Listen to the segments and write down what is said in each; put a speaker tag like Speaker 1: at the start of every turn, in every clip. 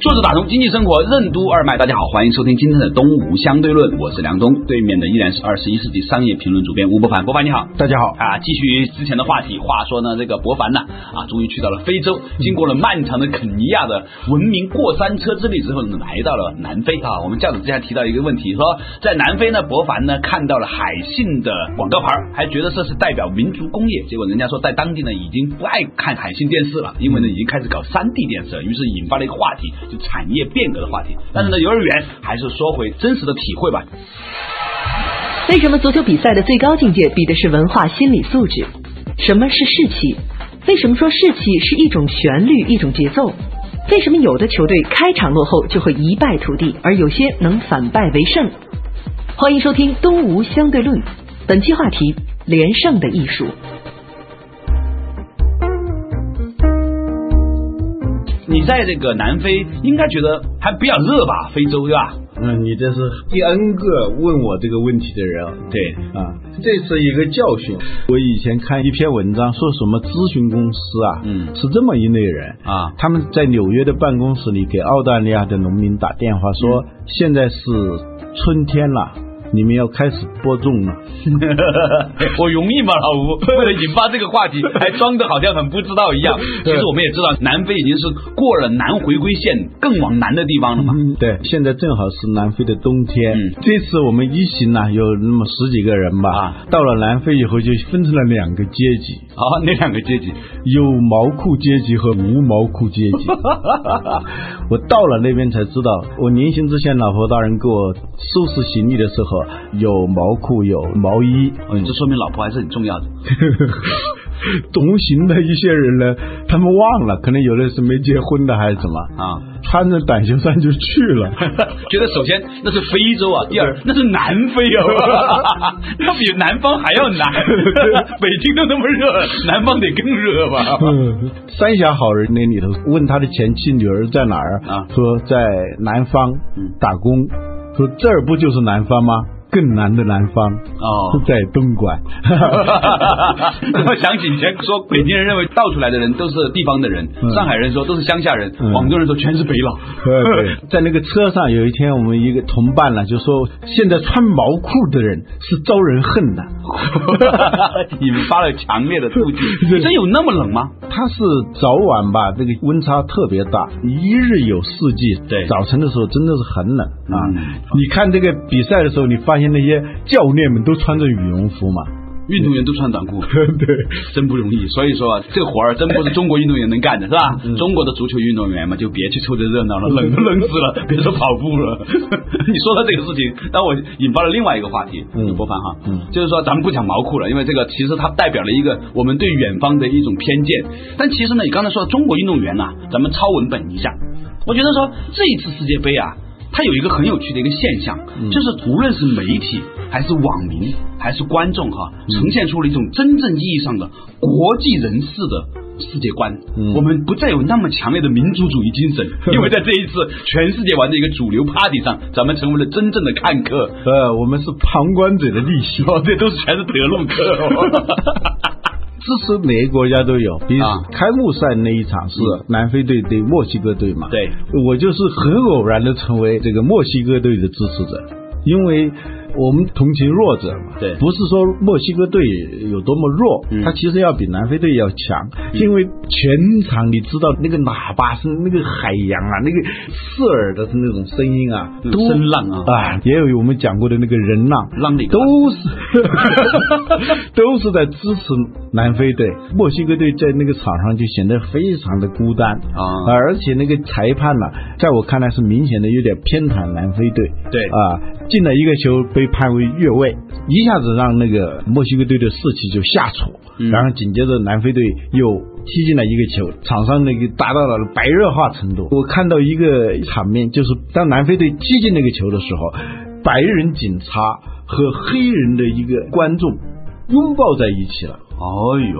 Speaker 1: 作者打通经济生活任督二脉，大家好，欢迎收听今天的《东吴相对论》，我是梁东，对面的依然是二十一世纪商业评论主编吴伯凡，伯凡你好。
Speaker 2: 大家好，
Speaker 1: 啊，继续之前的话题。话说呢，这个博凡呢，啊，终于去到了非洲，经过了漫长的肯尼亚的文明过山车之旅之后呢，来到了南非啊。我们教主之前提到一个问题，说在南非呢，博凡呢看到了海信的广告牌儿，还觉得这是代表民族工业，结果人家说在当地呢已经不爱看海信电视了，因为呢已经开始搞三 D 电视了，于是引发了一个话题，就产业变革的话题。但是呢，幼儿园还是说回真实的体会吧。
Speaker 3: 为什么足球比赛的最高境界比的是文化心理素质？什么是士气？为什么说士气是一种旋律、一种节奏？为什么有的球队开场落后就会一败涂地，而有些能反败为胜？欢迎收听《东吴相对论》，本期话题：连胜的艺术。
Speaker 1: 你在这个南非应该觉得还比较热吧？非洲对吧？
Speaker 2: 嗯，你这是第 N 个问我这个问题的人啊
Speaker 1: 对，
Speaker 2: 啊，这是一个教训。我以前看一篇文章，说什么咨询公司啊，
Speaker 1: 嗯
Speaker 2: 是这么一类人
Speaker 1: 啊
Speaker 2: 他们在纽约的办公室里给澳大利亚的农民打电话
Speaker 1: 嗯
Speaker 2: 说，现在是春天了，你们要开始播种了。
Speaker 1: 我容易吗，老吴？为了引发这个话题，还装的好像很不知道一样。其实我们也知道，南非已经是过了南回归线，更往南的地方了嘛。
Speaker 2: 嗯， 对，现在正好是南非的冬天。
Speaker 1: 嗯
Speaker 2: 这次我们一行呢有那么十几个人吧，
Speaker 1: 啊
Speaker 2: 到了南非以后就分成了两个阶级，
Speaker 1: 好，那两个阶级，
Speaker 2: 有毛裤阶级和无毛裤阶 级。我到了那边才知道，我临行之前，老婆大人给我收拾行李的时候，有毛裤，有毛衣。
Speaker 1: 嗯，这说明老婆还是很重要的。
Speaker 2: 同行的一些人呢，他们忘了，可能有的是没结婚的还是什么
Speaker 1: 啊，
Speaker 2: 穿着短袖衫就去了。
Speaker 1: 觉得首先那是非洲啊，第二那是南非啊， 那比南方还要南。北京都那么热，南方得更热吧？
Speaker 2: 嗯，三峡好人那里头问他的前妻女儿在哪儿
Speaker 1: 啊嗯
Speaker 2: 说在南方打工，说这儿不就是南方吗？更南的南方
Speaker 1: 哦
Speaker 2: 是 在东莞。
Speaker 1: 怎么想起以前说北京人认为倒出来的人都是地方的人，
Speaker 2: 嗯
Speaker 1: 上海人说都是乡下人，
Speaker 2: 嗯
Speaker 1: 广州人说全是北 佬。
Speaker 2: 呃，对，在那个车上，有一天我们一个同伴呢，就说现在穿毛裤的人是招人恨的。
Speaker 1: 你们发了强烈的妒忌，
Speaker 2: 对
Speaker 1: 真有那么冷吗？
Speaker 2: 它是早晚吧，这个温差特别大，一日有四季。
Speaker 1: 对
Speaker 2: 早晨的时候真的是很冷啊。
Speaker 1: 嗯
Speaker 2: 你看这个比赛的时候，你发现那些教练们都穿着羽绒服嘛？
Speaker 1: 运动员都穿短裤，
Speaker 2: 对，
Speaker 1: 真不容易。所以说啊，这活儿真不是中国运动员能干的，是吧？
Speaker 2: 嗯
Speaker 1: 中国的足球运动员嘛，就别去凑这热闹了，冷都冷死了， 别说跑步了。你说到这个事情，让我引发了另外一个话题，
Speaker 2: 嗯
Speaker 1: 博凡哈，
Speaker 2: 嗯
Speaker 1: 就是说咱们不讲毛裤了，因为这个其实它代表了一个我们对远方的一种偏见。但其实呢，你刚才说中国运动员呐、啊咱们超文本一下，我觉得说这一次世界杯啊。它有一个很有趣的一个现象，
Speaker 2: 嗯
Speaker 1: 就是无论是媒体还是网民还是观众哈、
Speaker 2: 嗯
Speaker 1: 呈现出了一种真正意义上的国际人士的世界观。
Speaker 2: 嗯
Speaker 1: 我们不再有那么强烈的民族主义精 神，因为在这一次全世界玩的一个主流 party 上，咱们成为了真正的看客，
Speaker 2: 呃，我们是旁观者的逆袭。
Speaker 1: 哦，这都是全是德 路客、
Speaker 2: 支持哪个国家都有，比如
Speaker 1: 啊
Speaker 2: 开幕赛那一场是南非队对墨西哥队嘛？
Speaker 1: 对，
Speaker 2: 我就是很偶然的成为这个墨西哥队的支持者，因为我们同情弱者嘛。
Speaker 1: 对
Speaker 2: 不是说墨西哥队有多么弱，
Speaker 1: 嗯
Speaker 2: 他其实要比南非队要强，因为全场你知道那个喇叭声、那个海洋啊、那个刺耳的那种声音啊，
Speaker 1: 嗯
Speaker 2: 都
Speaker 1: 声浪啊
Speaker 2: 啊，也有我们讲过的那个人浪，
Speaker 1: 浪里个浪
Speaker 2: 都是都是 在支持南非队，墨西哥队在那个场上就显得非常的孤单
Speaker 1: 啊
Speaker 2: 而且那个裁判呢、在我看来是明显的有点偏袒南非队，
Speaker 1: 对
Speaker 2: 啊，进了一个球被判为越位，一下子让那个墨西哥队的士气就下挫。
Speaker 1: 嗯
Speaker 2: 然后紧接着南非队又踢进了一个球，场上那个达到了白热化程度。我看到一个场面，就是当南非队踢进那个球的时候，白人警察和黑人的一个观众拥抱在一起了。
Speaker 1: 哎呦，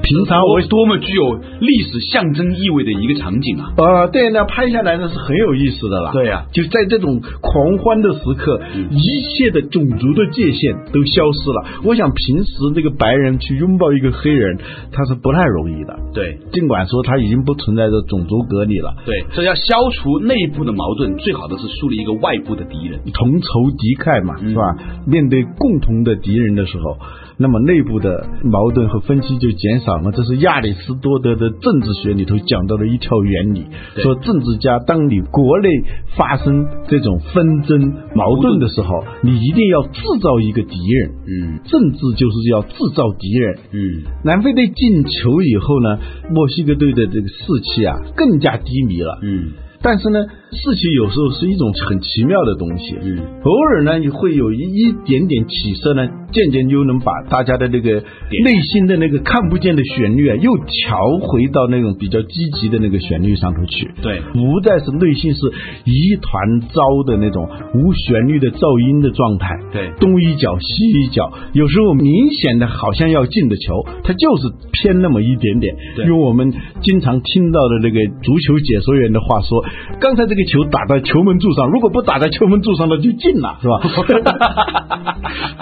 Speaker 2: 平常我
Speaker 1: 多多么具有历史象征意味的一个场景啊！
Speaker 2: 啊，对，那拍下来呢是很有意思的了。
Speaker 1: 对呀嗯
Speaker 2: 就在这种狂欢的时刻，一切的种族的界限都消失了。我想平时那个白人去拥抱一个黑人，他是不太容易的。
Speaker 1: 对
Speaker 2: 尽管说他已经不存在着种族隔离了，
Speaker 1: 对，这要消除内部的矛盾，最好的是树立一个外部的敌人。
Speaker 2: 同仇敌忾嘛，
Speaker 1: 嗯
Speaker 2: 是吧？面对共同的敌人的时候，那么内部的矛盾和分歧就减少了。这是亚里士多德的政治学里头讲到的一条原理，
Speaker 1: 对
Speaker 2: 说政治家当你国内发生这种纷争矛盾的时候，你一定要制造一个敌人。
Speaker 1: 嗯
Speaker 2: 政治就是要制造敌人，
Speaker 1: 嗯，
Speaker 2: 南非队进球以后呢，墨西哥队的这个士气啊更加低迷了。
Speaker 1: 嗯，
Speaker 2: 但是呢，士气有时候是一种很奇妙的东西。
Speaker 1: 嗯，
Speaker 2: 偶尔呢，你会有一一点点起色呢，渐渐就能把大家的那个内心的那个看不见的旋律啊，又调回到那种比较积极的那个旋律上头去。
Speaker 1: 对
Speaker 2: 不再是内心是一团糟的那种无旋律的噪音的状态。
Speaker 1: 对
Speaker 2: 东一脚西一脚，有时候明显的好像要进的球，它就是偏那么一点点。
Speaker 1: 对
Speaker 2: 用我们经常听到的那个足球解说员的话说，刚才这个球打在球门柱上，如果不打在球门柱上，那就进了，是吧？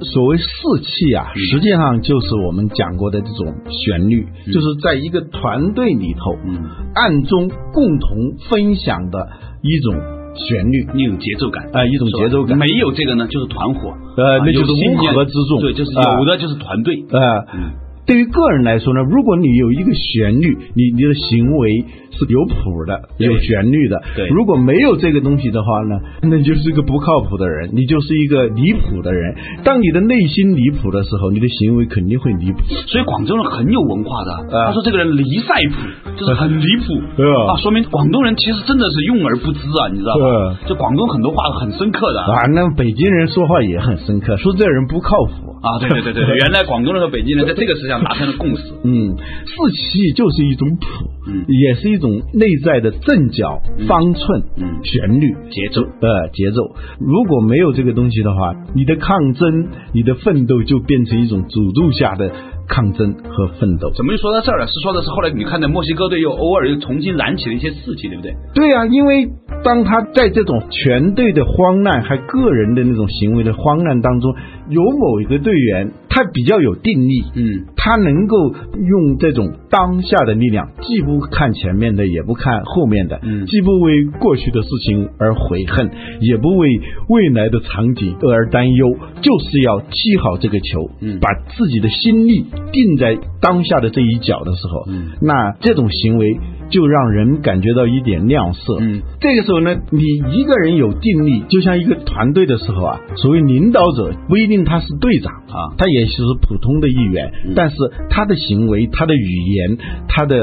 Speaker 2: 所谓士气啊，
Speaker 1: 嗯
Speaker 2: 实际上就是我们讲过的这种旋律，就是在一个团队里头，
Speaker 1: 嗯
Speaker 2: 暗中共同分享的一种旋律。
Speaker 1: 你有节奏感
Speaker 2: 啊一种节奏
Speaker 1: 是
Speaker 2: 感
Speaker 1: 吧没有这个呢，就是团伙，
Speaker 2: 呃
Speaker 1: 啊
Speaker 2: 那就是
Speaker 1: 有信念
Speaker 2: 乌合之众
Speaker 1: 对，就是
Speaker 2: 啊
Speaker 1: 有的就是团队，
Speaker 2: 呃，
Speaker 1: 嗯
Speaker 2: 对于个人来说呢，如果你有一个旋律，你你的行为是有谱的，
Speaker 1: 对
Speaker 2: 有旋律的。
Speaker 1: 对
Speaker 2: 如果没有这个东西的话呢，那你就是一个不靠谱的人，你就是一个离谱的人。当你的内心离谱的时候，你的行为肯定会离谱。
Speaker 1: 所以广州人很有文化的。
Speaker 2: 啊
Speaker 1: 他说这个人离晒谱，就是很离谱。 啊，
Speaker 2: 啊
Speaker 1: 说明广东人其实真的是用而不知啊，你知道吧？就广东很多话很深刻的。
Speaker 2: 啊，那北京人说话也很深刻，说这人不靠谱。
Speaker 1: 啊，对对对对， 对原来广东人和北京人在这个事情上达成了共识。
Speaker 2: 嗯，士气就是一种谱，
Speaker 1: 嗯
Speaker 2: 也是一种内在的阵脚、方寸、
Speaker 1: 嗯
Speaker 2: 旋律、
Speaker 1: 节奏
Speaker 2: 呃节奏。如果没有这个东西的话，你的抗争、你的奋斗就变成一种主动下的抗争和奋斗。
Speaker 1: 怎么又说到这儿啊了？是说的是后来你看的墨西哥队又偶尔又重新燃起了一些士气，对不对？
Speaker 2: 对啊，因为当他在这种全队的慌乱，还个人的那种行为的慌乱当中，有某一个队员他比较有定力，
Speaker 1: 嗯，
Speaker 2: 他能够用这种当下的力量，既不看前面的，也不看后面的，
Speaker 1: 嗯
Speaker 2: 既不为过去的事情而悔恨，也不为未来的场景而担忧，就是要踢好这个球，
Speaker 1: 嗯
Speaker 2: 把自己的心力定在当下的这一脚的时候，
Speaker 1: 嗯
Speaker 2: 那这种行为就让人感觉到一点亮色，
Speaker 1: 嗯，
Speaker 2: 这个时候呢，你一个人有定力，就像一个团队的时候啊，所谓领导者不一定他是队长
Speaker 1: 啊
Speaker 2: 他也许是普通的一员，
Speaker 1: 嗯
Speaker 2: 但是他的行为、他的语言、他的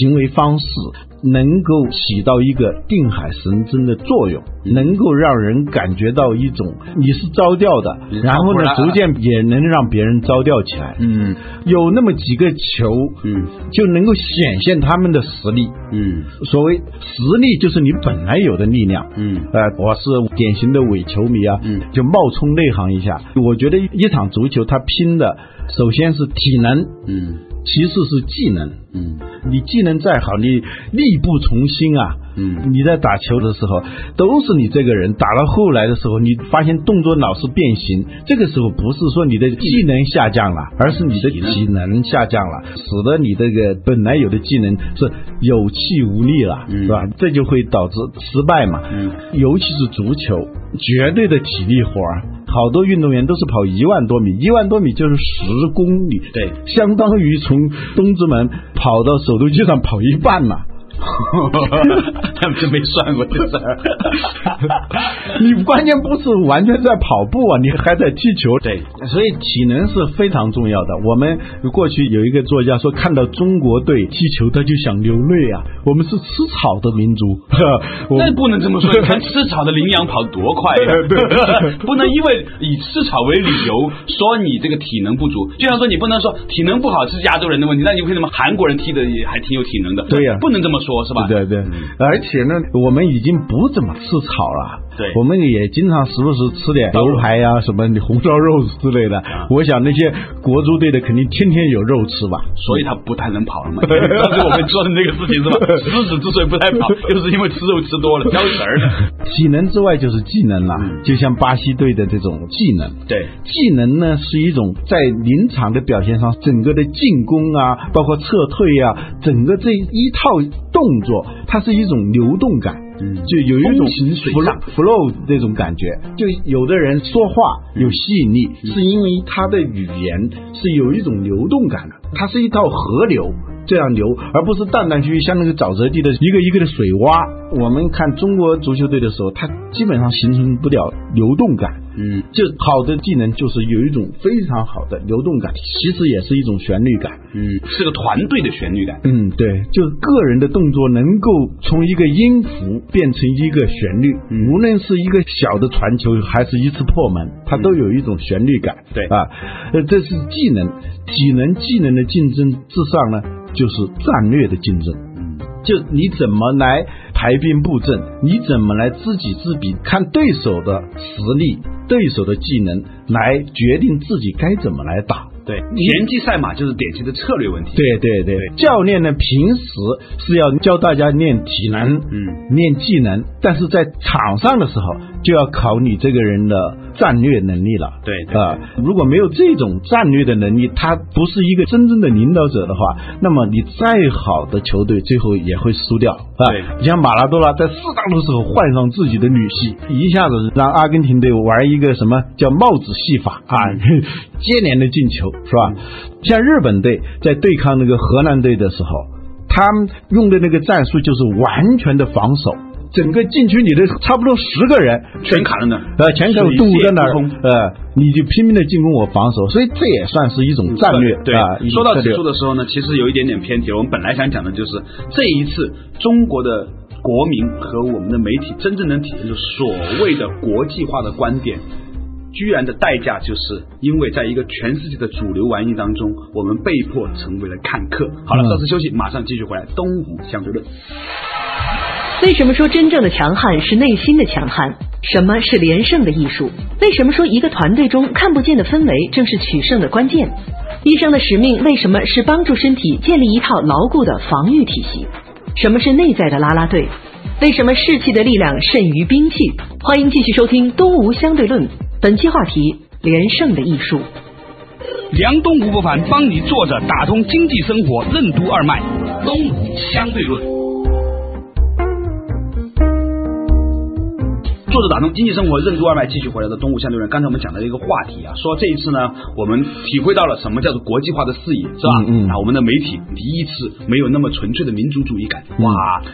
Speaker 2: 行为方式，能够起到一个定海神针的作用，
Speaker 1: 嗯
Speaker 2: 能够让人感觉到一种你是招调的，
Speaker 1: 你
Speaker 2: 然后
Speaker 1: 招不
Speaker 2: 呢，
Speaker 1: 来
Speaker 2: 逐渐也能让别人招调起来。
Speaker 1: 啊嗯
Speaker 2: 有那么几个球，
Speaker 1: 嗯，
Speaker 2: 就能够显现他们的实力。
Speaker 1: 嗯
Speaker 2: 所谓实力，就是你本来有的力量。
Speaker 1: 嗯
Speaker 2: 呃，我是典型的伪球迷啊，
Speaker 1: 嗯
Speaker 2: 就冒充内行一下。我觉得一场足球，它拼的首先是体能，
Speaker 1: 嗯
Speaker 2: 其次是技能。
Speaker 1: 嗯
Speaker 2: 你技能再好，你力不从心啊。
Speaker 1: 嗯
Speaker 2: 你在打球的时候，都是你这个人。打到后来的时候，你发现动作老是变形，这个时候不是说你的技能下降
Speaker 1: 嗯
Speaker 2: 了，而是你的体能下降了，使得你这个本来有的技能是有气无力了，
Speaker 1: 嗯
Speaker 2: 是吧？这就会导致失败嘛。
Speaker 1: 嗯
Speaker 2: 尤其是足球，绝对的体力活儿。啊好多运动员都是跑一万多米，一万多米就是十公里，
Speaker 1: 对，
Speaker 2: 相当 于从东直门跑到首都机场跑一半嘛。
Speaker 1: 就没算过这事儿。
Speaker 2: 你关键不是完全在跑步啊，你还在踢球。对，所以体能是非常重要的。我们过去有一个作家说，看到中国队踢球他就想流泪啊。我们是吃草的民族， 呵 我
Speaker 1: 那
Speaker 2: 们
Speaker 1: 不能这么说，你看吃草的羚羊跑多快 呀、 不能因为以吃草为理由说你这个体能不足，就像说你不能说体能不好是亚洲人的问题，那你为什么韩国人踢的也还挺有体能的？
Speaker 2: 对呀
Speaker 1: 不能这么说，是吧？
Speaker 2: 对对，而且呢，我们已经不怎么吃草了。
Speaker 1: 对
Speaker 2: 我们也经常时不时吃点牛排呀、什么红烧肉之类的。我想那些国足队的肯定天天有肉吃吧。
Speaker 1: 所以他不太能跑了嘛。 当时我们说的那个事情是吧？ 狮子之所以不太跑，就是因为吃肉吃多了，挑食儿 了。
Speaker 2: 体能之外就是技能啦、就像巴西队的这种技能。
Speaker 1: 对，
Speaker 2: 技能呢是一种在临场的表现上，整个的进攻啊，包括撤退啊，整个这一套动作，它是一种流动感，嗯，就有一种
Speaker 1: 风行水
Speaker 2: flow
Speaker 1: 上
Speaker 2: flow 这种感觉。就有的人说话有吸引力，是因为他的语言是有一种流动感的，它是一套河流。这样流，而不是断断续续像那个沼泽地的一个一个的水洼。我们看中国足球队的时候，它基本上形成不了流动感，
Speaker 1: 嗯，
Speaker 2: 就好的技能就是有一种非常好的流动感，其实也是一种旋律感。
Speaker 1: 嗯，是个团队的旋律感。
Speaker 2: 嗯，对，就是个人的动作能够从一个音符变成一个旋律，无论是一个小的传球还是一次破门，它都有一种旋律感。
Speaker 1: 对
Speaker 2: 啊，呃，这是技能，体能技能的竞争之上呢，就是战略的竞争。就你怎么来排兵布阵，你怎么来知己知彼，看对手的实力、对手的技能，来决定自己该怎么来打。
Speaker 1: 对，田忌赛马就是典型的策略问题。
Speaker 2: 对对对，教练呢平时是要教大家练体能，
Speaker 1: 嗯，
Speaker 2: 练技能，但是在场上的时候就要考你这个人的战略能力了。
Speaker 1: 对对
Speaker 2: 啊、如果没有这种战略的能力，他不是一个真正的领导者的话，那么你再好的球队最后也会输掉啊。
Speaker 1: 对
Speaker 2: 你像马拉多纳在适当的时候换上自己的女婿，一下子让阿根廷队玩一个什么叫帽子戏法啊， 接连的进球是吧？像日本队在对抗那个荷兰队的时候，他们用的那个战术就是完全的防守。整个禁区里的差不多十个人
Speaker 1: 全卡在那儿
Speaker 2: 呃，全卡堵在那儿
Speaker 1: 水泄不通，
Speaker 2: 呃，你就拼命的进攻我防守，所以这也算是一种战略
Speaker 1: 嗯对，
Speaker 2: 啊。一种
Speaker 1: 说到
Speaker 2: 战略
Speaker 1: 指数的时候呢，其实有一点点偏题了。我们本来想讲的就是这一次中国的。国民和我们的媒体真正能体现出所谓的国际化的观点，居然的代价就是因为在一个全世界的主流玩意当中，我们被迫成为了看客。好了，
Speaker 2: 嗯
Speaker 1: 稍事休息，马上继续回来。东吴相对论，
Speaker 3: 为什么说真正的强悍是内心的强悍？什么是连胜的艺术？为什么说一个团队中看不见的氛围正是取胜的关键？医生的使命为什么是帮助身体建立一套牢固的防御体系？什么是内在的啦啦队？为什么士气的力量胜于兵器？欢迎继续收听《东吴相对论》，本期话题：连胜的艺术。
Speaker 4: 梁东吴伯凡帮你坐着打通经济生活任督二脉，东吴相对论。
Speaker 1: 作者打通经济生活任督二脉，继续回来的东吴相对论。刚才我们讲到一个话题啊，说这一次呢，我们体会到了什么叫做国际化的视野，是吧？
Speaker 2: 嗯嗯
Speaker 1: 啊，我们的媒体第一次没有那么纯粹的民族主义感，哇，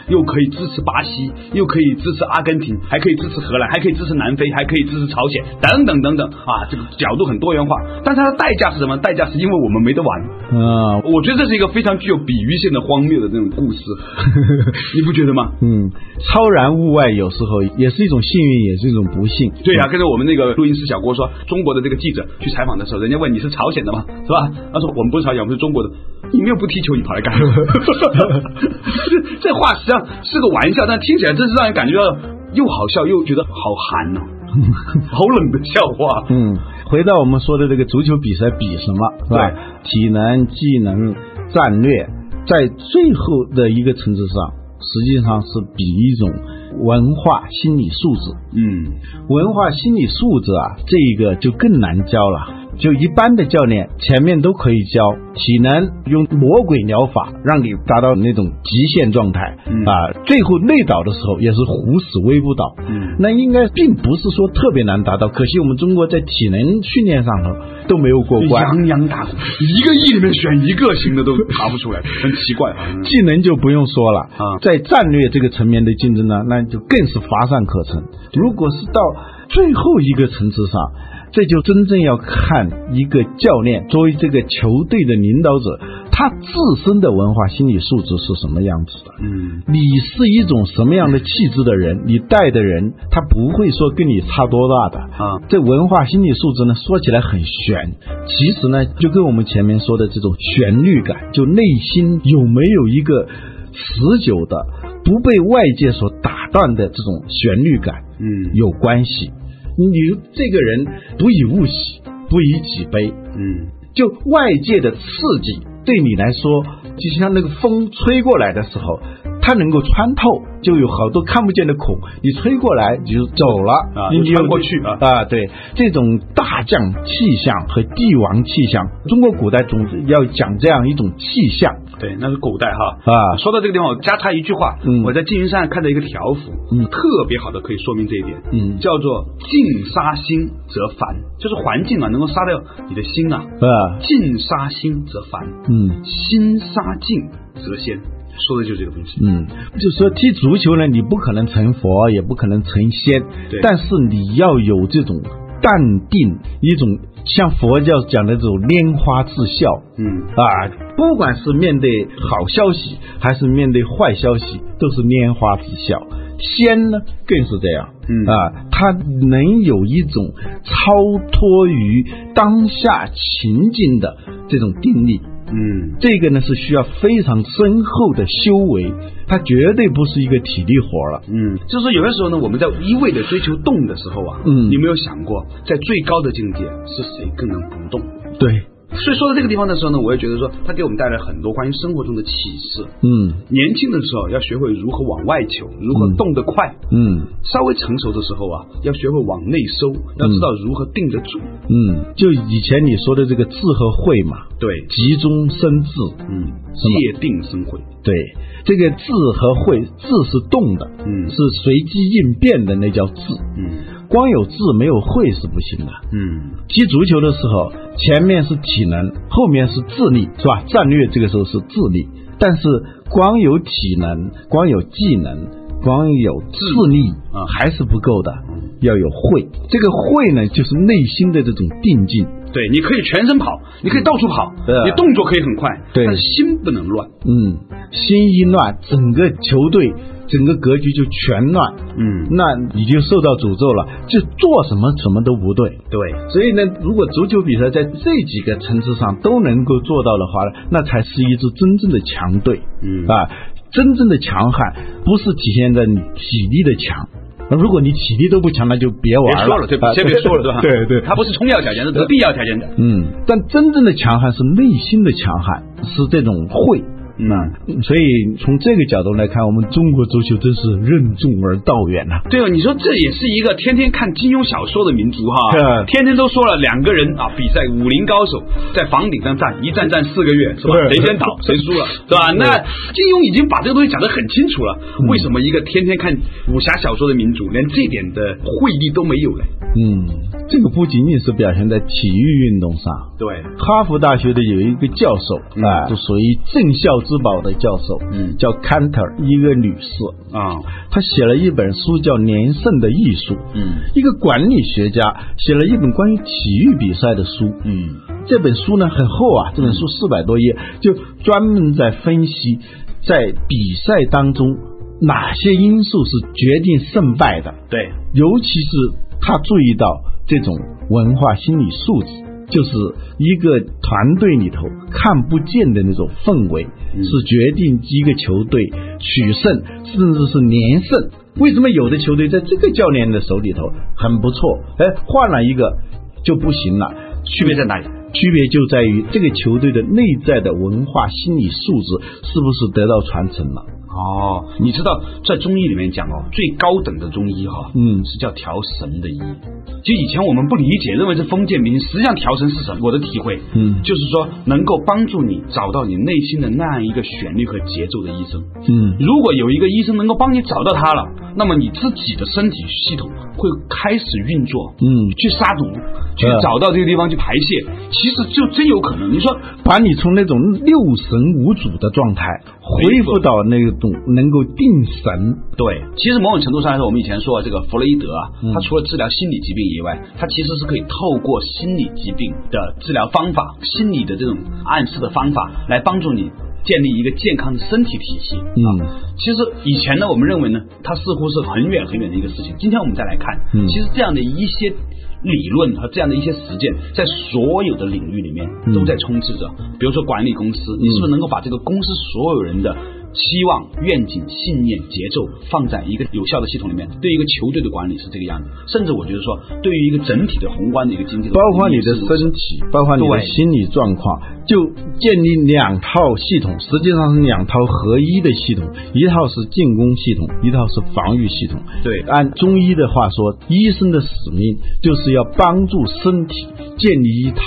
Speaker 1: 又可以支持巴西，又可以支持阿根廷，还可以支持荷兰，还可以支持南非，还可以支持朝鲜，等等等等啊，这个角度很多元化。但它的代价是什么？代价是因为我们没得玩。
Speaker 2: 嗯
Speaker 1: 我觉得这是一个非常具有比喻性的荒谬的这种故事，你不觉得吗？
Speaker 2: 嗯，超然物外有时候也是一种幸运，也是一种不幸。
Speaker 1: 对呀、跟着我们那个录音师小郭说，中国的这个记者去采访的时候，人家问你是朝鲜的吗？是吧？他说我们不是朝鲜，我们是中国的。你们又不踢球，你跑来干什么？ 这这话实际上是个玩笑，但听起来真是让人感觉到又好笑又觉得好寒呐、 好冷的笑话。
Speaker 2: 嗯，回到我们说的这个足球比赛比什么，是吧？体能、技能、战略，在最后的一个层次上，实际上是比一种文化心理素质。
Speaker 1: 嗯，
Speaker 2: 文化心理素质啊，这一个就更难教了。就一般的教练前面都可以教，体能用魔鬼疗法让你达到那种极限状态、
Speaker 1: 嗯
Speaker 2: 啊，最后累倒的时候也是虎死微不倒。
Speaker 1: 嗯
Speaker 2: 那应该并不是说特别难达到，可惜我们中国在体能训练上头都没有过关。
Speaker 1: 洋洋大鼓，一个亿里面选一个行的都答不出来，很奇怪啊。嗯
Speaker 2: 技能就不用说了
Speaker 1: 啊
Speaker 2: 在战略这个层面的竞争呢，那就更是乏善可陈。如果是到最后一个层次上，这就真正要看一个教练作为这个球队的领导者，他自身的文化心理素质是什么样子的。
Speaker 1: 嗯
Speaker 2: 你是一种什么样的气质的人，你带的人他不会说跟你差多大的
Speaker 1: 啊。
Speaker 2: 这文化心理素质呢，说起来很玄，其实呢，就跟我们前面说的这种旋律感，就内心有没有一个持久的、不被外界所打断的这种旋律感
Speaker 1: 嗯
Speaker 2: 有关系。你这个人不以物喜，不以己悲，
Speaker 1: 嗯
Speaker 2: 就外界的刺激对你来说，就像那个风吹过来的时候，它能够穿透，就有好多看不见的孔，你吹过来你就走了，
Speaker 1: 啊
Speaker 2: 你
Speaker 1: 就
Speaker 2: 你
Speaker 1: 穿
Speaker 2: 有
Speaker 1: 过去啊
Speaker 2: 啊，对，这种大将气象和帝王气象，中国古代总是要讲这样一种气象
Speaker 1: 对，那是古代哈。
Speaker 2: 啊，
Speaker 1: 说到这个地方，我加插一句话，
Speaker 2: 嗯
Speaker 1: 我在缙云山看到一个条幅，
Speaker 2: 嗯
Speaker 1: 特别好的可以说明这一点，
Speaker 2: 嗯
Speaker 1: 叫做“静杀心则烦”，就是环境啊能够杀掉你的心啊，
Speaker 2: 啊，
Speaker 1: 静杀心则烦，
Speaker 2: 嗯。
Speaker 1: 心杀静则仙，说的就是这个东西。
Speaker 2: 嗯，就说踢足球呢，你不可能成佛，也不可能成仙
Speaker 1: 对，
Speaker 2: 但是你要有这种淡定，一种像佛教讲的这种拈花自笑
Speaker 1: 嗯，
Speaker 2: 啊。不管是面对好消息，还是面对坏消息，都是拈花自笑。仙呢，更是这样，
Speaker 1: 嗯
Speaker 2: 啊，他能有一种超脱于当下情境的这种定力，
Speaker 1: 嗯，
Speaker 2: 这个呢是需要非常深厚的修为，它绝对不是一个体力活了。
Speaker 1: 嗯，就是有的时候呢，我们在一味的追求动的时候啊，
Speaker 2: 嗯
Speaker 1: 你有没有想过，在最高的境界是谁更能不动？
Speaker 2: 对，
Speaker 1: 所以说到这个地方的时候呢，我也觉得说，它给我们带来很多关于生活中的启示。
Speaker 2: 嗯
Speaker 1: 年轻的时候要学会如何往外求，如何动得快；
Speaker 2: 嗯
Speaker 1: 稍微成熟的时候啊，要学会往内收，要知道如何定得住。
Speaker 2: 嗯，就以前你说的这个智和慧嘛，
Speaker 1: 对，
Speaker 2: 急中生智。
Speaker 1: 嗯，
Speaker 2: 是
Speaker 1: 界定生慧。
Speaker 2: 对，这个智和慧，智是动的，
Speaker 1: 嗯
Speaker 2: 是随机应变的，那叫智。
Speaker 1: 嗯
Speaker 2: 光有智没有慧是不行的。
Speaker 1: 嗯
Speaker 2: 踢足球的时候，前面是体能，后面是智力，是吧？战略这个时候是智力，但是光有体能、光有技能、光有智力
Speaker 1: 啊
Speaker 2: 还是不够的，要有慧。这个慧呢，就是内心的这种定境。
Speaker 1: 对，你可以全身跑，你可以到处跑，
Speaker 2: 嗯对
Speaker 1: 你动作可以很快，
Speaker 2: 对
Speaker 1: 但是心不能乱。
Speaker 2: 嗯，心一乱，整个球队、整个格局就全乱，
Speaker 1: 嗯，
Speaker 2: 那你就受到诅咒了，就做什么什么都不对。
Speaker 1: 对，
Speaker 2: 所以呢，如果足球比赛在这几个层次上都能够做到的话，那才是一支真正的强队。
Speaker 1: 嗯
Speaker 2: 啊，真正的强悍不是体现在你体力的强。那如果你体力都不强，那就别
Speaker 1: 别
Speaker 2: 玩
Speaker 1: 说了，对吧？
Speaker 2: 啊
Speaker 1: 先别说了，对吧？
Speaker 2: 对对，
Speaker 1: 它不是充要条件，是得必要条件的。
Speaker 2: 嗯，但真正的强悍是内心的强悍，是这种慧。嗯，所以从这个角度来看，我们中国足球真是任重而道远呐、啊
Speaker 1: 对哦，你说这也是一个天天看金庸小说的民族哈，
Speaker 2: 对
Speaker 1: 天天都说了两个人啊比赛武林高手在房顶上站，一站站四个月是吧？
Speaker 2: 对
Speaker 1: 谁先 倒谁输了是吧？那金庸已经把这个东西讲得很清楚了，为什么一个天天看武侠小说的民族连这点的慧力都没有呢？
Speaker 2: 嗯，这个不仅仅是表现在体育运动上，
Speaker 1: 对，
Speaker 2: 哈佛大学的有一个教授
Speaker 1: 嗯
Speaker 2: 啊、就属于镇校之宝的教授，
Speaker 1: 嗯
Speaker 2: 叫坎特尔，一个女士，
Speaker 1: 啊，
Speaker 2: 她写了一本书叫《连胜的艺术》，
Speaker 1: 嗯
Speaker 2: 一个管理学家写了一本关于体育比赛的书，
Speaker 1: 嗯
Speaker 2: 这本书呢很厚啊，这本书四百多页，就专门在分析在比赛当中哪些因素是决定胜败的，
Speaker 1: 对，
Speaker 2: 尤其是他注意到这种文化心理素质，就是一个团队里头看不见的那种氛围，
Speaker 1: 嗯
Speaker 2: 是决定一个球队取胜甚至是连胜。为什么有的球队在这个教练的手里头很不错，哎，换了一个就不行了？
Speaker 1: 区别在哪里？
Speaker 2: 区别就在于这个球队的内在的文化心理素质是不是得到传承了。
Speaker 1: 啊，哦，你知道在中医里面讲哦，最高等的中医哈、
Speaker 2: 嗯
Speaker 1: 是叫调神的医。就以前我们不理解，认为是封建迷信，实际上调神是什么？我的体会，
Speaker 2: 嗯
Speaker 1: 就是说能够帮助你找到你内心的那样一个旋律和节奏的医生。
Speaker 2: 嗯
Speaker 1: 如果有一个医生能够帮你找到它了，那么你自己的身体系统会开始运作，
Speaker 2: 嗯，
Speaker 1: 去杀毒，去
Speaker 2: 嗯
Speaker 1: 找到这个地方去排泄，其实就真有可能。你说
Speaker 2: 把你从那种六神无主的状态恢复到那种能够定神。
Speaker 1: 对，其实某种程度上来说，我们以前说啊这个弗洛伊德啊
Speaker 2: 嗯，
Speaker 1: 他除了治疗心理疾病以外，他其实是可以透过心理疾病的治疗方法、心理的这种暗示的方法，来帮助你建立一个健康的身体体系。
Speaker 2: 嗯
Speaker 1: 其实以前呢，我们认为呢，它似乎是很远很远的一个事情。今天我们再来看，
Speaker 2: 嗯
Speaker 1: 其实这样的一些理论和这样的一些实践，在所有的领域里面
Speaker 2: 嗯
Speaker 1: 都在充斥着。比如说管理公司，你是不是能够把这个公司所有人的？期望、愿景、信念、节奏放在一个有效的系统里面，对一个球队的管理是这个样子。甚至我觉得说，对于一个整体的宏观的一个经济的
Speaker 2: 包
Speaker 1: 管理，
Speaker 2: 括你的
Speaker 1: 也是如此
Speaker 2: 身体，包括你的
Speaker 1: 对
Speaker 2: 心理状况，就建立两套系统，实际上是两套合一的系统，一套是进攻系统，一套是防御系统。
Speaker 1: 对
Speaker 2: 按中医的话说，医生的使命就是要帮助身体建立一套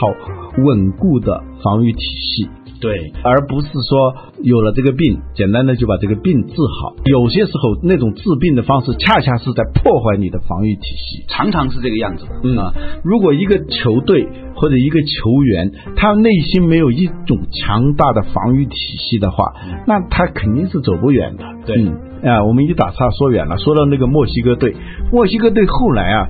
Speaker 2: 稳固的防御体系。
Speaker 1: 对
Speaker 2: 而不是说有了这个病，简单的就把这个病治好。有些时候，那种治病的方式，恰恰是在破坏你的防御体系。
Speaker 1: 常常是这个样子的。
Speaker 2: 啊，如果一个球队或者一个球员，他内心没有一种强大的防御体系的话，那他肯定是走不远的。
Speaker 1: 对
Speaker 2: 嗯，啊，我们一打岔说远了，说到那个墨西哥队，墨西哥队后来啊。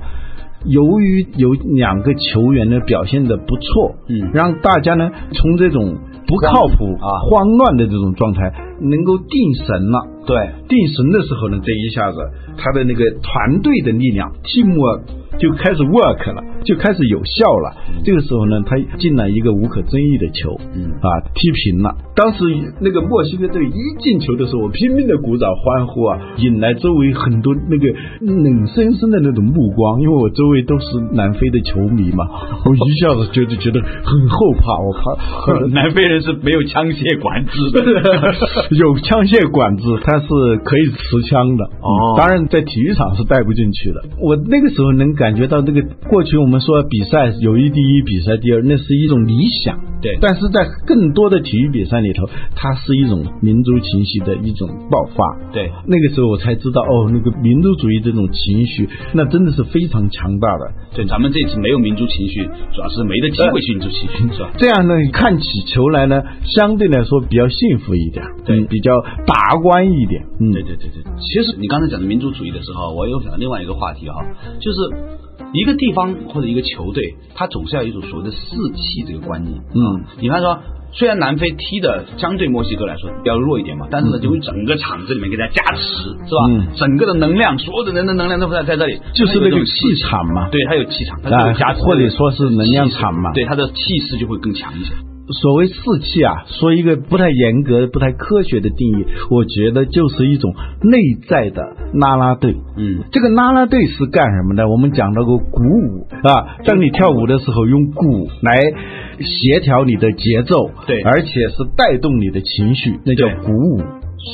Speaker 2: 由于有两个球员呢表现的不错，
Speaker 1: 嗯
Speaker 2: 让大家呢从这种不靠谱
Speaker 1: 啊
Speaker 2: 慌乱的这种状态能够定神了，
Speaker 1: 对，
Speaker 2: 定神的时候呢，这一下子他的那个团队的力量 teamwork 就开始 work 了，就开始有效了。这个时候呢，他进了一个无可争议的球，
Speaker 1: 嗯
Speaker 2: 啊，踢平了。当时那个墨西哥队一进球的时候，我拼命的鼓掌欢呼啊，引来周围很多那个冷生生的那种目光，因为我周围都是南非的球迷嘛，我一下子觉得觉得很后怕，我 怕
Speaker 1: 南非人是没有枪械管制
Speaker 2: 有枪械管制，它是可以持枪的。
Speaker 1: 哦
Speaker 2: 嗯当然在体育场是带不进去的。我那个时候能感觉到，那个过去我们说比赛有一第一，比赛第二，那是一种理想。
Speaker 1: 对
Speaker 2: 但是在更多的体育比赛里头，它是一种民族情绪的一种爆发。
Speaker 1: 对，
Speaker 2: 那个时候我才知道，哦，那个民族主义这种情绪，那真的是非常强大的。
Speaker 1: 对，咱们这次没有民族情绪，主要是没得机会去民族情绪，是吧？
Speaker 2: 这样呢，看起球来呢，相对来说比较幸福一点，
Speaker 1: 对
Speaker 2: 嗯比较达观一点，嗯，
Speaker 1: 对对对对。其实你刚才讲的民族主义的时候，我又想到另外一个话题哈、就是一个地方或者一个球队，它总是要有一种所谓的士气这个观念。
Speaker 2: 嗯，
Speaker 1: 你看说。虽然南非踢的相对墨西哥来说比较弱一点嘛，但是呢，就用整个场子里面给大家加持，是吧？
Speaker 2: 嗯
Speaker 1: 整个的能量，所有的人的能量都在在这里，
Speaker 2: 就
Speaker 1: 它
Speaker 2: 是那
Speaker 1: 有一
Speaker 2: 个
Speaker 1: 种
Speaker 2: 气场嘛。
Speaker 1: 对，它有气场，它
Speaker 2: 啊
Speaker 1: 就有加持，
Speaker 2: 或者说是能量场嘛
Speaker 1: 对，它的气势就会更强一些。
Speaker 2: 所谓士气啊，说一个不太严格、不太科学的定义，我觉得就是一种内在的啦啦队。
Speaker 1: 嗯，
Speaker 2: 这个啦啦队是干什么的？我们讲到过鼓舞啊，当你跳舞的时候，用鼓来协调你的节奏，
Speaker 1: 对
Speaker 2: 而且是带动你的情绪，那叫
Speaker 1: 对
Speaker 2: 鼓舞。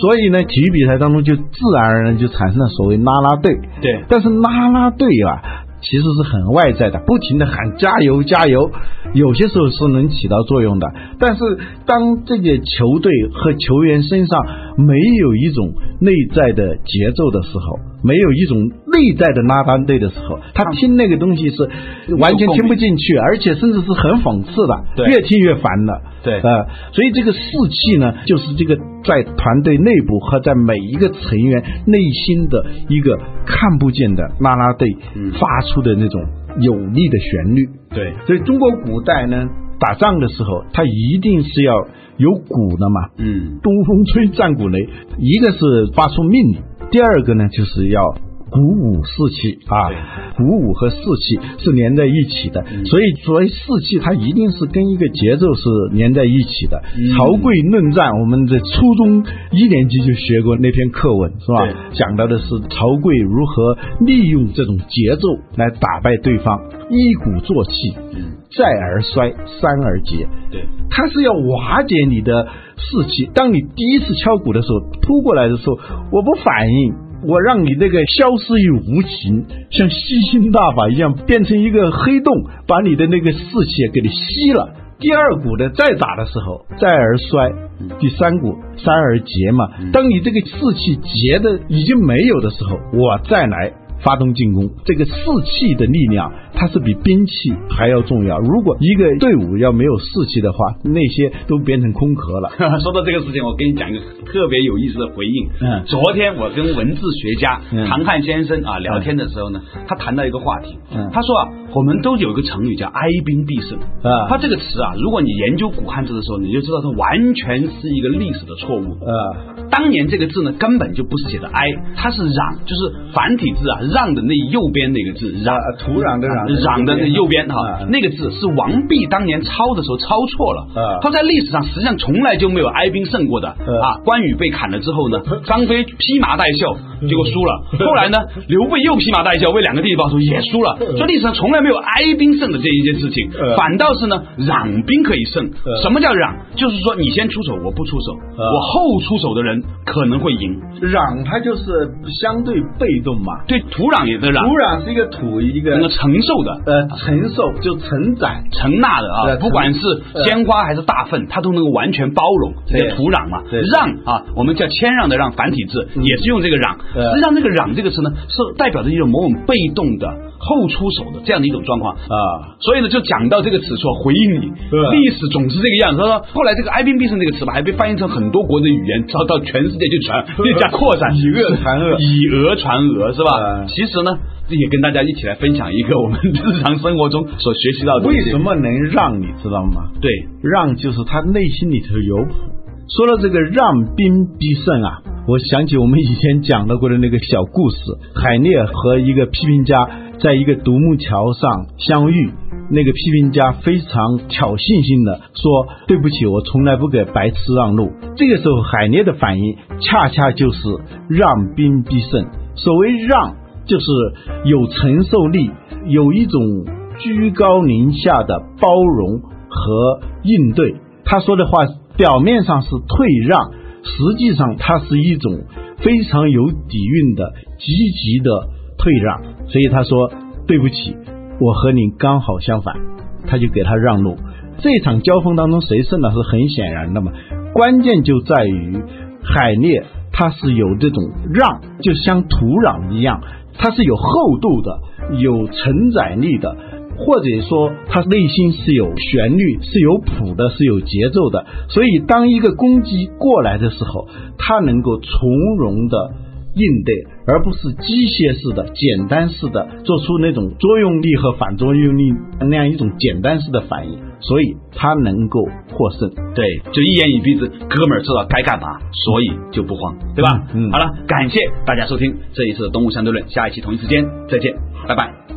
Speaker 2: 所以呢，体育比赛当中就自然而然就产生了所谓啦啦队。
Speaker 1: 对
Speaker 2: 但是啦啦队啊，其实是很外在的，不停的喊加油加油，有些时候是能起到作用的。但是当这个球队和球员身上没有一种内在的节奏的时候，没有一种内在的拉班队的时候，他听那个东西是完全听不进去，而且甚至是很讽刺的，
Speaker 1: 啊对
Speaker 2: 越听越烦的。
Speaker 1: 对
Speaker 2: 呃，所以这个士气呢，就是这个在团队内部和在每一个成员内心的一个看不见的啦啦队
Speaker 1: 嗯
Speaker 2: 发出的那种有力的旋律。
Speaker 1: 对，
Speaker 2: 所以中国古代呢，打仗的时候，它一定是要有鼓的嘛。
Speaker 1: 嗯，
Speaker 2: 东风吹战鼓擂，一个是发出命令，第二个呢就是要鼓舞士气啊
Speaker 1: 对，嗯
Speaker 2: 鼓舞和士气是连在一起的，所以所谓士气，它一定是跟一个节奏是连在一起的。
Speaker 1: 嗯
Speaker 2: 曹刿论战，我们在初中一年级就学过那篇课文，是吧？
Speaker 1: 对
Speaker 2: 讲到的是曹刿如何利用这种节奏来打败对方，一鼓作气，
Speaker 1: 嗯，
Speaker 2: 再而衰，三而竭。
Speaker 1: 对。
Speaker 2: 它是要瓦解你的士气。当你第一次敲鼓的时候，扑过来的时候，我不反应，我让你那个消失于无形，像吸星大法一样变成一个黑洞，把你的那个士气给你吸了。第二鼓的再打的时候，再而衰，第三鼓三而竭嘛。当你这个士气竭的已经没有的时候，我再来发动进攻。这个士气的力量，它是比兵器还要重要。如果一个队伍要没有士气的话，那些都变成空壳了。
Speaker 1: 说到这个事情，我跟你讲一个特别有意思的回应。
Speaker 2: 嗯
Speaker 1: 昨天我跟文字学家
Speaker 2: 嗯
Speaker 1: 唐汉先生啊聊天的时候呢，他谈到一个话题，
Speaker 2: 嗯
Speaker 1: 他说啊，我们都有一个成语叫哀兵必胜
Speaker 2: 啊
Speaker 1: 他这个词啊，如果你研究古汉字的时候，你就知道它完全是一个历史的错误。
Speaker 2: 呃，
Speaker 1: 当年这个字呢，根本就不是写的哀，它是攘，就是繁体字啊，让的那右边那个字，攘
Speaker 2: 啊土壤的
Speaker 1: 攘
Speaker 2: 壤
Speaker 1: 的那右边哈
Speaker 2: 啊，
Speaker 1: 那个字是王弼当年抄的时候抄错了
Speaker 2: 啊，
Speaker 1: 他在历史上实际上从来就没有哀兵胜过的啊。关羽被砍了之后呢，张飞披麻戴孝，结果输了。后来呢，刘备又披麻戴孝为两个弟弟报仇，也输了。所以历史上从来没有哀兵胜的这一件事情
Speaker 2: 呃，
Speaker 1: 反倒是呢，攘兵可以胜
Speaker 2: 呃。
Speaker 1: 什么叫攘？就是说你先出手，我不出手，
Speaker 2: 呃
Speaker 1: 我后出手的人可能会赢。
Speaker 2: 壤它就是相对被动嘛，
Speaker 1: 对土壤也在
Speaker 2: 土
Speaker 1: 攘，
Speaker 2: 壤是一个土一个
Speaker 1: 能够承受的。
Speaker 2: 呃承受就承载。
Speaker 1: 承纳的
Speaker 2: 对
Speaker 1: 啊，不管是鲜花还是大粪，它都能够完全包容这
Speaker 2: 对
Speaker 1: 个土壤嘛。
Speaker 2: 对
Speaker 1: 让啊，我们叫谦让的让，繁体字也是用这个让。
Speaker 2: 呃
Speaker 1: 实际上，这个让这个词呢，是代表着一种某种被动的、后出手的这样的一种状况
Speaker 2: 啊。
Speaker 1: 所以呢，就讲到这个词说回应你
Speaker 2: 对，
Speaker 1: 历史总是这个样子。他说后来这个哀兵必胜这个词吧，还被翻译成很多国的语言，到到全世界去 传，更加扩展，
Speaker 2: 以讹传讹
Speaker 1: 以讹传讹是吧？
Speaker 2: 嗯
Speaker 1: 其实呢。也跟大家一起来分享一个我们日常生活中所学习到的东西。
Speaker 2: 为什么能让你知道吗？
Speaker 1: 对，
Speaker 2: 让就是他内心里头有谱。说到这个让兵必胜啊，我想起我们以前讲到过的那个小故事，海涅和一个批评家在一个独木桥上相遇。那个批评家非常挑衅性的说：“对不起，我从来不给白痴让路。”这个时候，海涅的反应恰恰就是让兵必胜。所谓让，就是有承受力，有一种居高临下的包容和应对。他说的话表面上是退让，实际上它是一种非常有底蕴的积极的退让。所以他说：“对不起，我和你刚好相反。”他就给他让路。这场交锋当中，谁胜了是很显然的嘛。关键就在于海涅它是有这种让，就像土壤一样，它是有厚度的，有承载力的，或者说它内心是有旋律、是有谱的、是有节奏的。所以，当一个攻击过来的时候，它能够从容的。应对，而不是机械式的、简单式的做出那种作用力和反作用力那样一种简单式的反应，所以它能够获胜。
Speaker 1: 对，就一言以蔽之，哥们儿知道该干嘛，所以就不慌，对吧？
Speaker 2: 嗯嗯
Speaker 1: 好了，感谢大家收听这一次的《动物相对论》，下一期同一时间再见，拜拜。